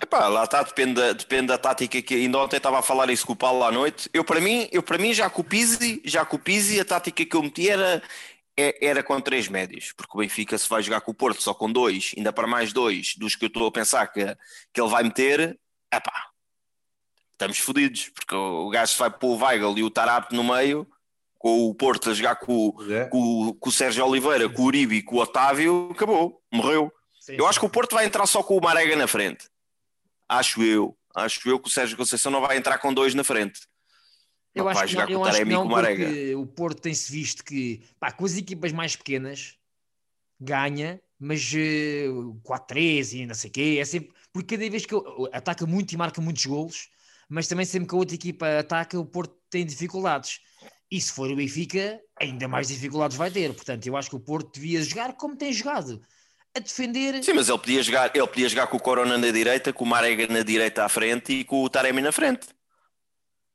S4: Epá, lá está, depende, da- depende da tática que ainda ontem estava a falar isso com o Paulo lá à noite. Eu para mim, eu para mim já com o Pizzi, já com o Pizzi, a tática que eu meti era é- era com três médios, porque o Benfica se vai jogar com o Porto só com dois, ainda para mais dois dos que eu estou a pensar que, que ele vai meter, epá, estamos fodidos, porque o, o gajo se vai pôr o Weigl e o Tarap no meio, com o Porto a jogar com, o-
S5: Pois é.
S4: com, o- com o Sérgio Oliveira, com o Uribe e com o Otávio, acabou, morreu. Eu acho que o Porto vai entrar só com o Marega na frente. Acho eu. Acho eu que o Sérgio Conceição não vai entrar com dois na frente.
S3: Eu
S4: Não
S3: acho
S4: vai
S3: que
S4: jogar
S3: não,
S4: com
S3: eu
S4: o
S3: acho que
S4: Taremi e
S3: não
S4: com o Marega.
S3: porque o Porto tem-se visto que pá, com as equipas mais pequenas ganha, mas eh, 4-3 e não sei o quê, é sempre, porque cada vez que eu- ataca muito e marca muitos golos, mas também sempre que a outra equipa ataca, o Porto tem dificuldades. E se for o Benfica, ainda mais dificuldades vai ter. Portanto, eu acho que o Porto devia jogar como tem jogado, a defender.
S4: Sim, mas ele podia jogar, ele podia jogar com o Corona na direita, com o Marega na direita à frente e com o Taremi na frente.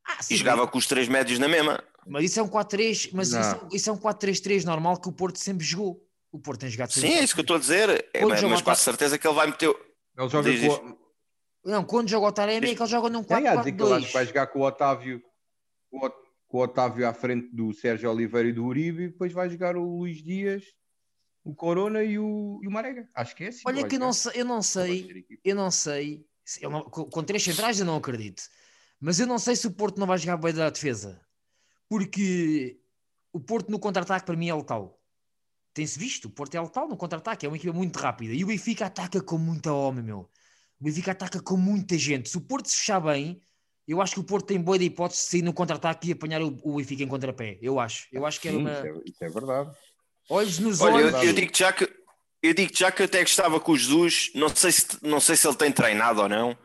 S3: Ah,
S4: E
S3: sim,
S4: jogava com os três médios na mesma.
S3: Mas isso é um 4-3, mas isso,
S5: Não.
S3: é um- isso é um 4-3-3 normal que o Porto sempre jogou. O Porto tem jogado sempre.
S4: Sim, é isso que eu estou a dizer. É,
S3: Quando
S4: mas
S3: joga
S4: mas
S3: o
S4: quase certeza que ele vai meter. o-
S5: Ele joga
S4: Diz
S5: com o...
S3: Não, quando joga o Taremi é que ele joga num
S5: É, há de dizer que ele acho que vai
S3: 4-4-2.
S5: jogar com o Otávio com o Ot- com o Otávio à frente do Sérgio Oliveira e do Uribe e depois vai jogar o Luís Dias, o Corona e o, e o Marega. Acho que é assim.
S3: Olha
S5: vai
S3: que eu não,
S4: né?
S5: jogar.
S3: sei, eu não
S5: Vai
S3: sei,
S5: ser equipe.
S3: eu não sei, se- eu não- com, com três centrais eu não acredito, mas eu não sei se o Porto não vai jogar bem da defesa, porque o Porto no contra-ataque para mim é letal. Tem-se visto, o Porto é letal no contra-ataque, é uma equipa muito rápida, e o Benfica ataca com muita homem, meu. O Benfica ataca com muita gente. Se o Porto se fechar bem, eu acho que o Porto tem boa de hipótese de sair no contra-ataque e apanhar o, o Benfica em contrapé. Eu acho, eu acho que era
S5: Sim,
S3: uma...
S5: isso, é, isso é verdade.
S3: Olhos nos
S4: Olha,
S3: olhos.
S4: eu, eu digo já que eu digo já que eu até gostava que o Jesus, não sei se, não sei se ele tem treinado ou não,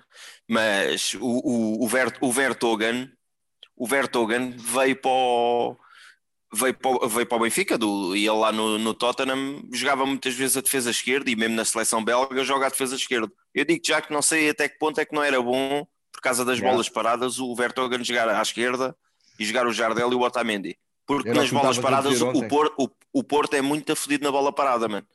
S4: mas o, o, o, Vert, o Vertogen, o Vertogen veio para o, veio para, o- veio para o Benfica do, e ele lá no, no Tottenham jogava muitas vezes a defesa esquerda e mesmo na seleção belga joga a defesa esquerda. Eu digo já que não sei até que ponto é que não era bom, por causa das
S5: Yeah.
S4: bolas paradas, o Vertogen jogar à esquerda e jogar o Jardel e o Otamendi. Porque
S5: Era o
S4: nas
S5: que me
S4: bolas
S5: estavas a
S4: paradas
S5: dizer
S4: o,
S5: ontem.
S4: o Porto, o, o Porto é muito afodido na bola parada, mano.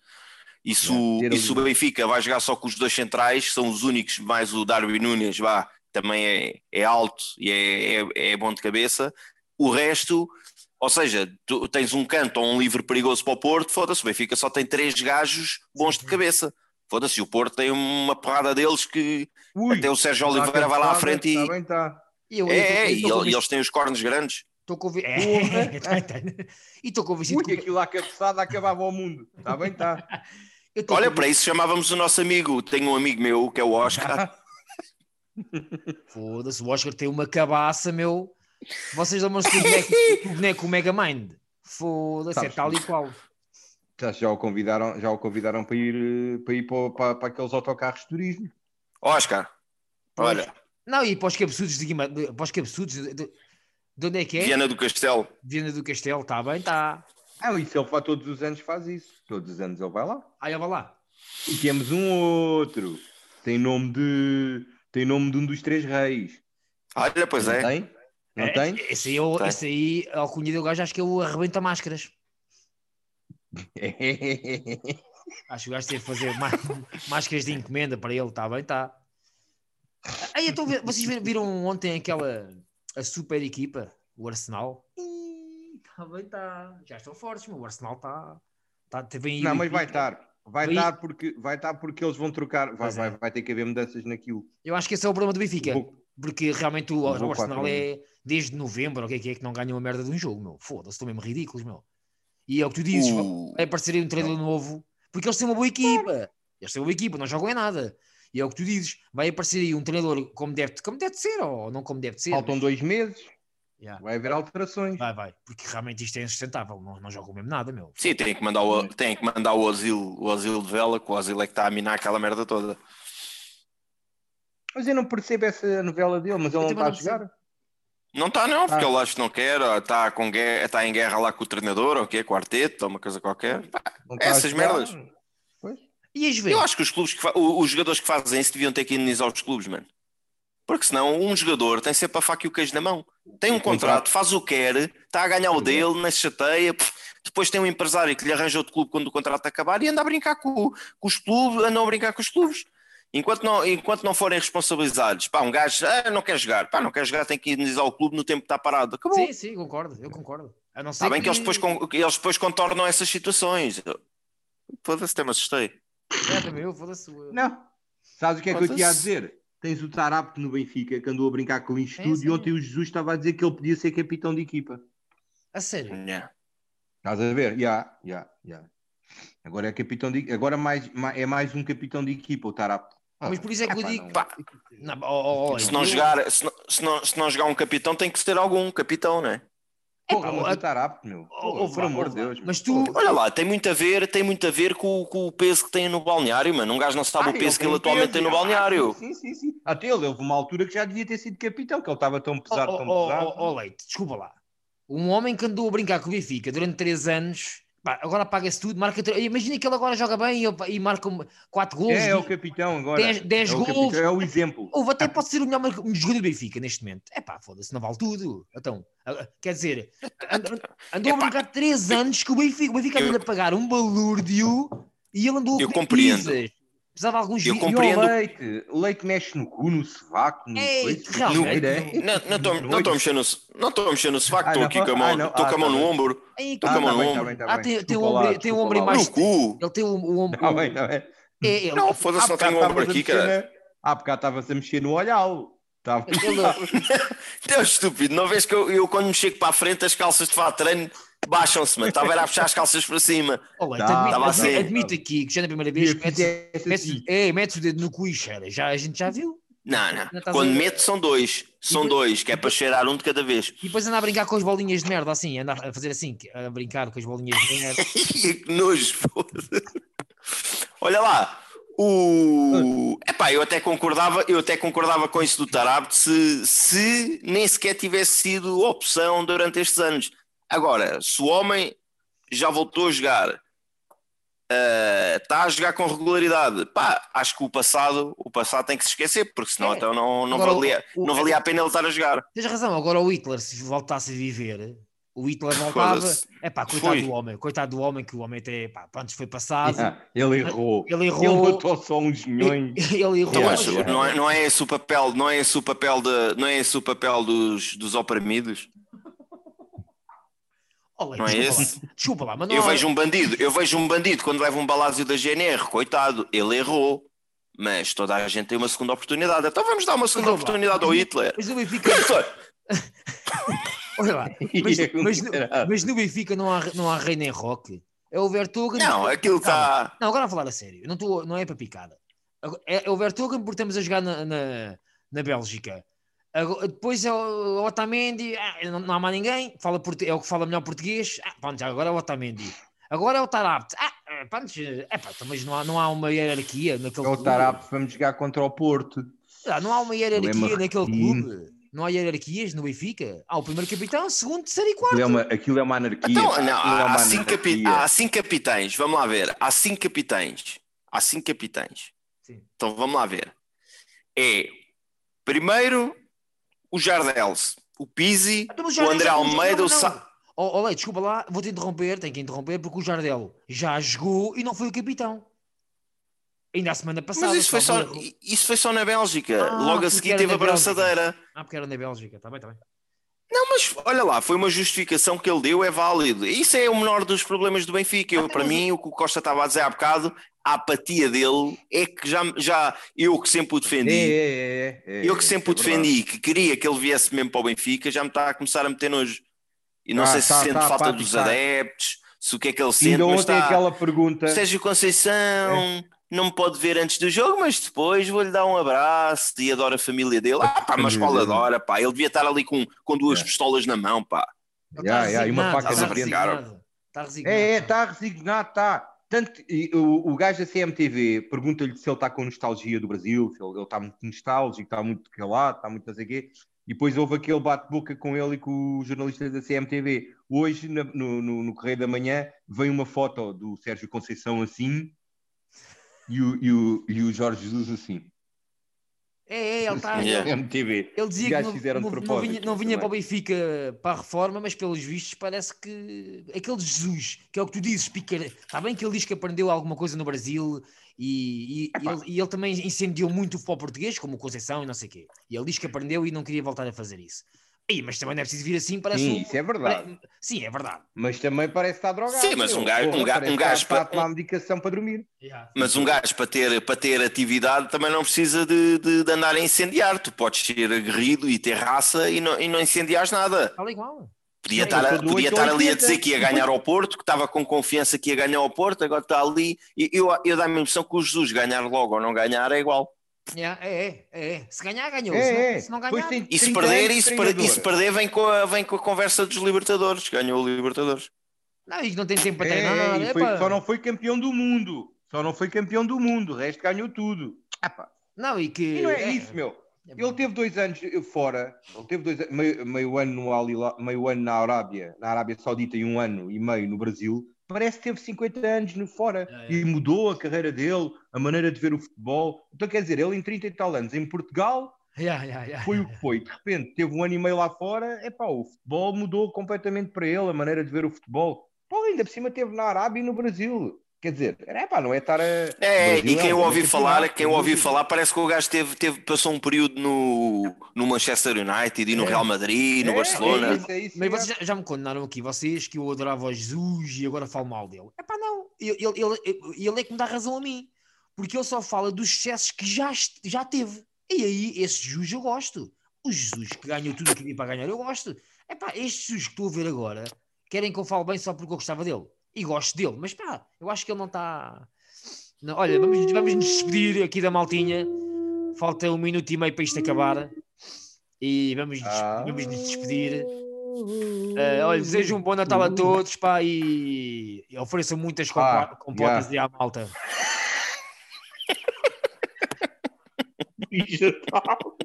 S4: E se, o,
S5: Yeah, ter
S4: e se o
S5: ali-
S4: Benfica vai jogar só com os dois centrais, que são os únicos, mais o Darwin Nunes, vá, também é, é alto e é, é, é bom de cabeça. O resto, ou seja, tu tens um canto ou um livre perigoso para o Porto, foda-se, o Benfica só tem três gajos bons de cabeça. Foda-se, o Porto tem uma porrada deles que
S5: Ui,
S4: até o Sérgio
S5: está
S4: Oliveira vai lá à
S5: cansado,
S4: frente
S3: tá
S4: e.
S5: está bem, está.
S3: Eu- eu-
S4: É, é,
S3: eu-
S4: e
S3: eu- eu-
S4: ele- eles têm os cornos grandes.
S3: Estou convi...
S5: Porra.
S3: Tá, <laughs> tá. E estou convencido
S5: Ui,
S3: que...
S5: aquilo à cabeçada acabava o mundo. Está bem, tá. está.
S3: eu tô
S4: Olha,
S3: conven-
S4: para isso chamávamos o nosso amigo. Tenho um amigo meu que é o Oscar.
S3: Foda-se, o Oscar tem uma cabaça, meu. Vocês lembram-se do boneco, do boneco Megamind? Foda-se, é
S5: Sabes-
S3: tal e qual.
S5: Já, já o convidaram, já o convidaram para ir, eh, para, ir para, para, para aqueles autocarros de turismo.
S4: Oscar, olha,
S3: Não, e para os cabeçudos de Guima... de- para os cabeçudos de... de- de onde é que é?
S4: Viana do Castelo.
S3: Viana do Castelo, está bem, tá. está.
S5: Ah, isso ele faz todos os anos, faz isso. Todos os anos ele vai lá.
S3: Aí vai lá.
S5: E temos um outro. Tem nome de. Tem nome de um dos três reis.
S4: Olha, pois
S5: não
S4: é.
S5: tem? Não
S3: É,
S5: tem?
S3: Esse aí, é o-
S4: Tem.
S3: esse aí <laughs> a alcunha do gajo, acho que é o Arrebenta Máscaras. Acho que o gajo teve que fazer má- <laughs> máscaras de encomenda para ele, está bem, está. Aí então, vi- vocês vi- viram ontem aquela a super equipa, o Arsenal? Está bem, está. Já estão fortes, meu. O Arsenal está. Tá, teve aí-
S5: <laughs> Não, mas vai estar. Vai
S3: Mas
S5: estar porque, vai estar porque eles vão trocar. Vai,
S3: Pois é.
S5: vai, vai ter que haver mudanças naquilo.
S3: Eu acho que esse é o problema do Benfica.
S5: Vou-
S3: Porque realmente o,
S5: Vou
S3: o Arsenal
S5: quatro,
S3: é desde novembro, o que é que é que não ganham a merda de um jogo, meu? Foda-se, estão mesmo ridículos, meu. E é o que tu dizes,
S4: Uh,
S3: vai aparecer aí um treinador novo, porque eles têm uma boa equipa. Eles têm uma boa equipa, não jogam em nada. E é o que tu dizes, vai aparecer aí um treinador como deve, como deve de ser, ou não como deve de ser.
S5: Faltam dois meses.
S3: Yeah.
S5: Vai haver alterações.
S3: Vai, vai, porque realmente isto é insustentável, não, não jogam mesmo nada, meu.
S4: Sim, tem que mandar o, tem que mandar o asilo, o asilo de vela, que o asilo é que está a minar aquela merda toda.
S5: Mas eu não percebo essa novela dele, mas ele não
S3: também
S5: está
S3: não
S5: a jogar.
S4: Não está não, porque
S5: Ah.
S4: ele acho que não quer, ou está com guerra, está em guerra lá com o treinador, ou o quê, quarteto, ou uma coisa qualquer. Pá,
S5: Não está a
S4: Essas
S5: jogar.
S4: merdas.
S3: E as
S4: Eu
S3: vezes?
S4: acho que os clubes que fa- o- os jogadores que fazem isso deviam ter que indenizar os clubes, mano. Porque senão um jogador tem sempre a faca e o queijo na mão. Tem um contrato, faz o que quer, está a ganhar o dele, não se chateia. pff, Depois tem um empresário que lhe arranja outro clube quando o contrato acabar e anda a brincar com, com os clubes, andam a brincar com os clubes. Enquanto não, enquanto não forem responsabilizados, pá, um gajo ah, não quer jogar, pá, não quer jogar, tem que indenizar o clube no tempo que está parado. Acabou.
S3: Sim, sim, concordo, eu concordo. A não ser
S4: Está Tá bem que eles depois, con- que eles depois contornam essas situações. Foda-se, até me assustei.
S3: É, também eu, foda-se. eu-
S5: Não. Sabes o que é que eu te ia
S4: Foda-se.
S5: dizer? Tens o Tarapto no Benfica que andou a brincar com isto
S3: É,
S5: tudo e
S3: sim.
S5: ontem o Jesus estava a dizer que ele podia ser capitão de equipa.
S3: A sério.
S4: Yeah.
S5: Estás a ver? Já, já, já. Agora é capitão de Agora mais, ma- é mais um capitão de equipa, o Tarapto.
S3: Mas por isso é que eu
S5: Ah, Epá,
S3: digo.
S5: não.
S4: Pá,
S3: Não, oh, oh, oh,
S4: Se não,
S3: eu-
S4: jogar, se, não, se, não, se não jogar um capitão, tem que ser algum capitão, não é?
S5: Porra, mas
S3: a-
S5: o Tarapto, meu. Porra,
S3: ouve
S5: por
S3: lá,
S5: amor de
S3: ouve lá.
S5: Deus.
S3: Mas
S5: meu.
S3: tu-
S5: Porra.
S4: Olha lá, tem muito a ver, tem muito a ver com, o- com o peso que tem no balneário, mano. Um gajo não sabe
S5: Ah,
S4: o peso que ele
S5: tem
S4: atualmente
S5: peso,
S4: tem no
S5: ah,
S4: balneário.
S5: Sim, sim, sim. Até ele houve uma altura que já devia ter sido capitão, que ele estava tão
S3: Oh,
S5: pesado,
S3: oh,
S5: tão
S3: oh,
S5: pesado.
S3: oh, oh, Leite, desculpa lá. Um homem que andou a brincar com o Benfica durante 3 anos, pá, agora paga-se tudo, marca. tre- Imagina que ele agora joga bem e, ele- e marca 4 gols.
S5: é, é o capitão agora.
S3: Dez- dez
S5: é o
S3: golos.
S5: capitão, é o exemplo.
S3: Ou até pode ser o melhor mar- jogador do Benfica neste momento. É pá, foda-se, não vale tudo. Então, a- quer dizer, and- andou a
S4: Epá,
S3: brincar 3 anos que o Benfica, o Benfica
S4: eu-
S3: andou a pagar um balúrdio e ele andou a
S4: Eu
S3: comer
S4: compreendo.
S3: pizzas. Precisava de alguns
S4: Eu
S3: vi-
S5: E
S4: compreendo.
S5: o leite, o leite mexe no cu, no sovaco, no
S3: Ei,
S5: coice,
S3: realmente, não.
S5: no-
S4: Não- um. Não
S5: <laughs>
S4: estou- não estou a mexer no s- não estou a mexer no sovaco,
S5: Ah,
S4: estou
S5: não.
S4: aqui com a
S5: Ah,
S4: mão,
S5: não.
S4: estou com a
S5: Ah,
S4: mão
S5: tá
S4: no
S5: bem.
S4: ombro.
S3: Ei,
S4: Toca a
S5: Ah, tá
S4: mão no
S5: bem, tá
S4: ombro.
S5: bem, tá
S3: Ah,
S5: bem.
S3: tem, tem um
S5: Desculpa lá,
S3: ombro, tem um
S5: desculpa
S3: ombro em
S5: lá.
S3: mais.
S4: No cu.
S3: Ele tem um, um ombro.
S5: Tá bem, tá bem.
S3: É, ele-
S4: Não, foda-se, não tenho um ombro aqui, cara.
S5: Ah, porque estava-se a mexer no olhal. Tava...
S3: ele-
S4: Teu estúpido, não vês que eu, eu quando me chego para a frente as calças de fato de treino baixam-se, mano. Estava era a puxar as calças para cima.
S3: Olha,
S5: Tá,
S3: admito,
S4: tava assim. a
S3: admito-
S4: ser.
S3: admito aqui que já na primeira
S5: <laughs> E
S3: vez
S5: eu
S3: metes,
S5: fizesse
S3: metes-
S5: assim.
S3: é, metes o dedo no cu e cheira. Já, a gente já viu.
S4: Não, não.
S3: Não estás
S4: Quando
S3: a- Uhum.
S4: meto são dois. São dois, que é para cheirar um de cada vez.
S3: E depois anda a brincar com as bolinhas de merda, assim, anda a fazer assim, a brincar com as bolinhas de merda.
S4: que nojo. foda-se. Olha lá. O... Epá, eu até concordava, eu até concordava com isso do Tarabto se, se nem sequer tivesse sido opção durante estes anos. Agora, se o homem já voltou a jogar, ah, está a jogar com regularidade, pá, acho que o passado, o passado tem que se esquecer, porque senão
S3: É.
S4: então <laughs> não, não,
S3: Agora,
S4: valia,
S3: o- o-
S4: não valia a pena ele estar a jogar.
S3: Tens razão, agora o Hitler, se voltasse a viver, o Hitler voltava.
S4: Foda-se.
S3: É pá, coitado
S4: Foi.
S3: do homem, coitado do homem, que o homem até, pá, antes foi passado.
S5: Ah, ele errou.
S3: Ele errou.
S5: Ele matou só uns milhões.
S3: <laughs> Ele errou.
S4: Então, mas
S5: acho-
S4: não, é, não é esse o papel, não é esse o papel, de, não é esse o papel dos, dos oprimidos?
S3: Olha,
S4: não é
S3: desculpa
S4: esse?
S3: lá, desculpa lá, mas <laughs> não é.
S4: Eu
S3: há-
S4: vejo um bandido, eu vejo um bandido quando leva um balásio da GNR, coitado, ele errou. Mas toda a gente tem uma segunda oportunidade. Então vamos dar uma segunda
S3: Vamos lá.
S4: oportunidade ao
S3: <laughs>
S4: Hitler.
S3: Mas no Benfica,
S4: Hitler!
S3: olha
S4: <laughs>
S3: lá, mas,
S4: é um
S3: mas no, mas no Benfica não há, não há rei nem rock. É o Vertogen.
S4: Não, aquilo tá- está.
S3: Não, agora a falar a sério, eu não, tô, não é para picada. Agora- É, é o Vertogen porque estamos a jogar na, na, na Bélgica. Agora- depois é o, o Otamendi, ah, não, não há mais ninguém, fala portu- é o que fala melhor português. Ah, pronto, já agora é o Otamendi. Agora é o Tarapt. Ah, eh, pronto, é pá, então, mas não há, não há uma hierarquia naquele
S5: Ele tá
S3: clube.
S5: estará vamos jogar contra o Porto.
S3: Ah, não há uma hierarquia
S5: Lema
S3: naquele
S5: repetindo.
S3: clube. Não há hierarquias no Benfica. Há o primeiro capitão, segundo, terceiro e quarto.
S5: Aquilo é uma, aquilo é uma anarquia.
S4: Então,
S5: Aquilo
S4: não,
S5: é
S4: há,
S5: uma
S4: há cinco capi-
S5: anarquia.
S4: há cinco capitães. Vamos lá ver. Há cinco capitães. Há cinco capitães.
S3: Sim.
S4: Então vamos lá ver. É primeiro o Jardels, o Pizzi,
S3: Então, mas
S4: o
S3: Jardel
S4: André
S3: já-
S4: Almeida,
S3: não, não,
S4: o Sa...
S3: não. Oh, oh, Leite, desculpa lá, vou-te interromper, tenho que interromper, porque o Jardel já jogou e não foi o capitão. Ainda a semana passada.
S4: Mas isso foi, só,
S3: salvo erro.
S4: isso foi só na Bélgica.
S3: Ah,
S4: Logo
S3: porque
S4: a seguir
S3: era
S4: teve
S3: na
S4: a
S3: Bélgica.
S4: braçadeira.
S3: Ah, porque era na Bélgica, está bem, está bem.
S4: Não, mas olha lá, foi uma justificação que ele deu, é válido. Isso é o menor dos problemas do Benfica.
S3: Ah,
S4: Eu, para mim, o que o Costa estava a dizer há bocado, a apatia dele é que já, já eu que sempre o defendi,
S5: é, é, é,
S4: eu que sempre
S5: é
S4: o defendi, que queria que ele viesse mesmo para o Benfica, já me está a começar a meter nojo. E não
S5: Tá,
S4: sei se
S5: tá,
S4: sente
S5: tá,
S4: falta
S5: pá,
S4: dos
S5: tá.
S4: adeptos, se o que é que ele
S5: verdade.
S4: sente,
S5: Ainda
S4: mas
S5: ontem
S4: está.
S5: aquela É. pergunta.
S4: Sérgio Conceição não me pode ver antes do jogo, mas depois vou-lhe dar um abraço e adoro a família dele. Ah, pá, mas
S5: família
S4: qual
S5: dele.
S4: adora, pá. Ele devia estar ali com, com duas
S5: É.
S4: pistolas na mão, pá.
S3: Ele
S5: Ya,
S3: está
S5: ya, e uma
S3: resignado,
S5: faca
S4: de
S3: está
S4: abrir.
S3: tá resignado. Está resignado.
S5: É, é, está resignado, está. Tanto, e o, o gajo da CMTV pergunta-lhe se ele está com nostalgia do Brasil, se ele, ele está muito nostálgico, está muito calado, está muito não sei o quê. E depois houve aquele bate-boca com ele e com os jornalistas da CMTV. Hoje, na- no, no, no Correio da Manhã, vem uma foto do Sérgio Conceição assim e o, e o, e o Jorge Jesus assim.
S3: É, é, ele <laughs>
S5: <laughs>
S3: está.
S4: Yeah.
S5: CMTV.
S3: Ele
S5: Os
S3: dizia que
S5: gajos
S3: não,
S5: fizeram de
S3: não- não
S5: propósito
S3: vinha, não vinha
S5: também.
S3: para o Benfica para a reforma, mas pelos vistos parece que aquele Jesus, que é o que tu dizes, Piqueira, está bem que ele diz que aprendeu alguma coisa no Brasil e, e- e ele, e ele também incendiou muito o futebol português, como o Conceição e não sei o quê. E ele diz que aprendeu e não queria voltar a fazer isso. Aí, mas também não é preciso vir assim, parece
S5: Sim,
S3: um-
S5: isso é verdade.
S3: pare- Sim, é verdade.
S5: Mas também parece estar drogado.
S4: Sim, mas um
S5: meu.
S4: gajo- um
S5: Porra,
S4: ga- um
S5: parece que
S4: gajo
S5: está- Está a
S4: pa-
S5: tomar medicação para dormir.
S4: Mas um gajo para ter, para ter atividade também não precisa de, de, de andar a incendiar. Tu podes ser aguerrido e ter raça e não, e não incendiares nada.
S3: Está igual.
S4: Podia
S5: Eu
S4: estar, a-
S5: sou do
S4: podia
S5: 8
S4: estar ali a
S5: 80.
S4: dizer que ia ganhar ao Porto, que estava com confiança que ia ganhar ao Porto, agora está ali. E eu, eu dá-me a impressão que o Jesus ganhar logo ou não ganhar é igual.
S3: Yeah, é, é, é. Se ganhar, ganhou.
S5: É,
S3: se, não,
S5: é.
S3: né? se não
S5: Depois
S3: ganhar,
S5: tem
S4: E se
S5: 30
S4: perder,
S5: anos
S4: e
S5: de
S4: se, per- e se
S5: treinador.
S4: perder vem, com a, vem com a conversa dos Libertadores. Ganhou o Libertadores.
S3: não, e não tem tempo para
S5: É,
S3: treinar.
S5: e
S3: É,
S5: foi-
S3: pá.
S5: só não foi campeão do mundo. Só não foi campeão do mundo. O resto ganhou tudo. Ah, pá.
S3: Não, e que.
S5: E não é isso, meu. Ele teve dois anos fora. Ele teve dois, an- meio, meio ano no Alila, meio ano na Arábia, na Arábia Saudita e um ano e meio no Brasil. Parece que teve 50 anos no fora
S3: É, é.
S5: e mudou a carreira dele, a maneira de ver o futebol. Então, quer dizer, ele em 30 e tal anos em Portugal
S3: Yeah, yeah, yeah.
S5: foi o que foi. De repente teve um ano e meio lá fora, epá, o futebol mudou completamente para ele, a maneira de ver o futebol. Pô, ainda por cima teve na Arábia e no Brasil. Quer dizer, era, epá, não é estar a.
S4: É,
S5: Brasil
S4: e quem
S5: um
S4: o ouvi
S5: grande
S4: falar,
S5: campeonato,
S4: quem o
S5: sem
S4: ouvi
S5: dúvida.
S4: falar, parece que o gajo teve, teve, passou um período no, no Manchester United e no
S5: É.
S4: Real Madrid, e no
S5: É,
S4: Barcelona.
S5: é isso, é isso,
S3: Mas
S5: é.
S3: vocês já, já me condenaram aqui, vocês, que eu adorava o Jesus e agora falo mal dele. É pá, não. Ele, ele, ele- ele é que me dá razão a mim. Porque ele só fala dos sucessos que já, est- já teve. E aí, esse Jesus eu gosto. O Jesus que ganhou tudo o que havia para ganhar, eu gosto. É pá, este Jesus que estou a ver agora, querem que eu fale bem só porque eu gostava dele. E gosto dele. Mas pá, eu acho que ele não está. Não, olha, vamos, vamos nos despedir aqui da Maltinha. Falta um minuto e meio para isto acabar. E vamos, nos-
S5: Ah.
S3: vamos nos despedir. Eh, olha, desejo um bom Natal a todos, pá, e e ofereçam muitas compo-
S5: Ah,
S3: compotas e à malta.
S5: Feliz Natal.
S3: <laughs>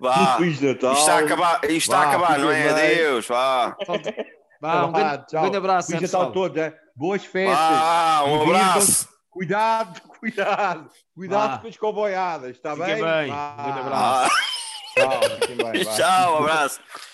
S4: Vá.
S5: Feliz Natal.
S4: Isto Ah, está a acabar, isto está a
S5: Vá,
S4: acabar não é?
S5: fiquem bem.
S4: Adeus, vá.
S5: <laughs>
S3: Vá, um
S5: Vá,
S3: grande,
S5: tchau.
S3: grande abraço.
S5: Feliz
S3: hein, pessoal.
S5: Natal a todos. hein? Boas festas.
S4: Vá, um
S5: Divirtam-se.
S4: abraço.
S5: Cuidado, <laughs> cuidado. Cuidado
S3: Vá.
S5: com as coboiadas, está
S3: Fiquem
S5: bem?
S3: bem.
S5: Vá.
S3: Grande abraço.
S4: Vá.
S5: Tchau, fiquem bem, vá.
S4: Ah. <laughs> Tchau, um abraço.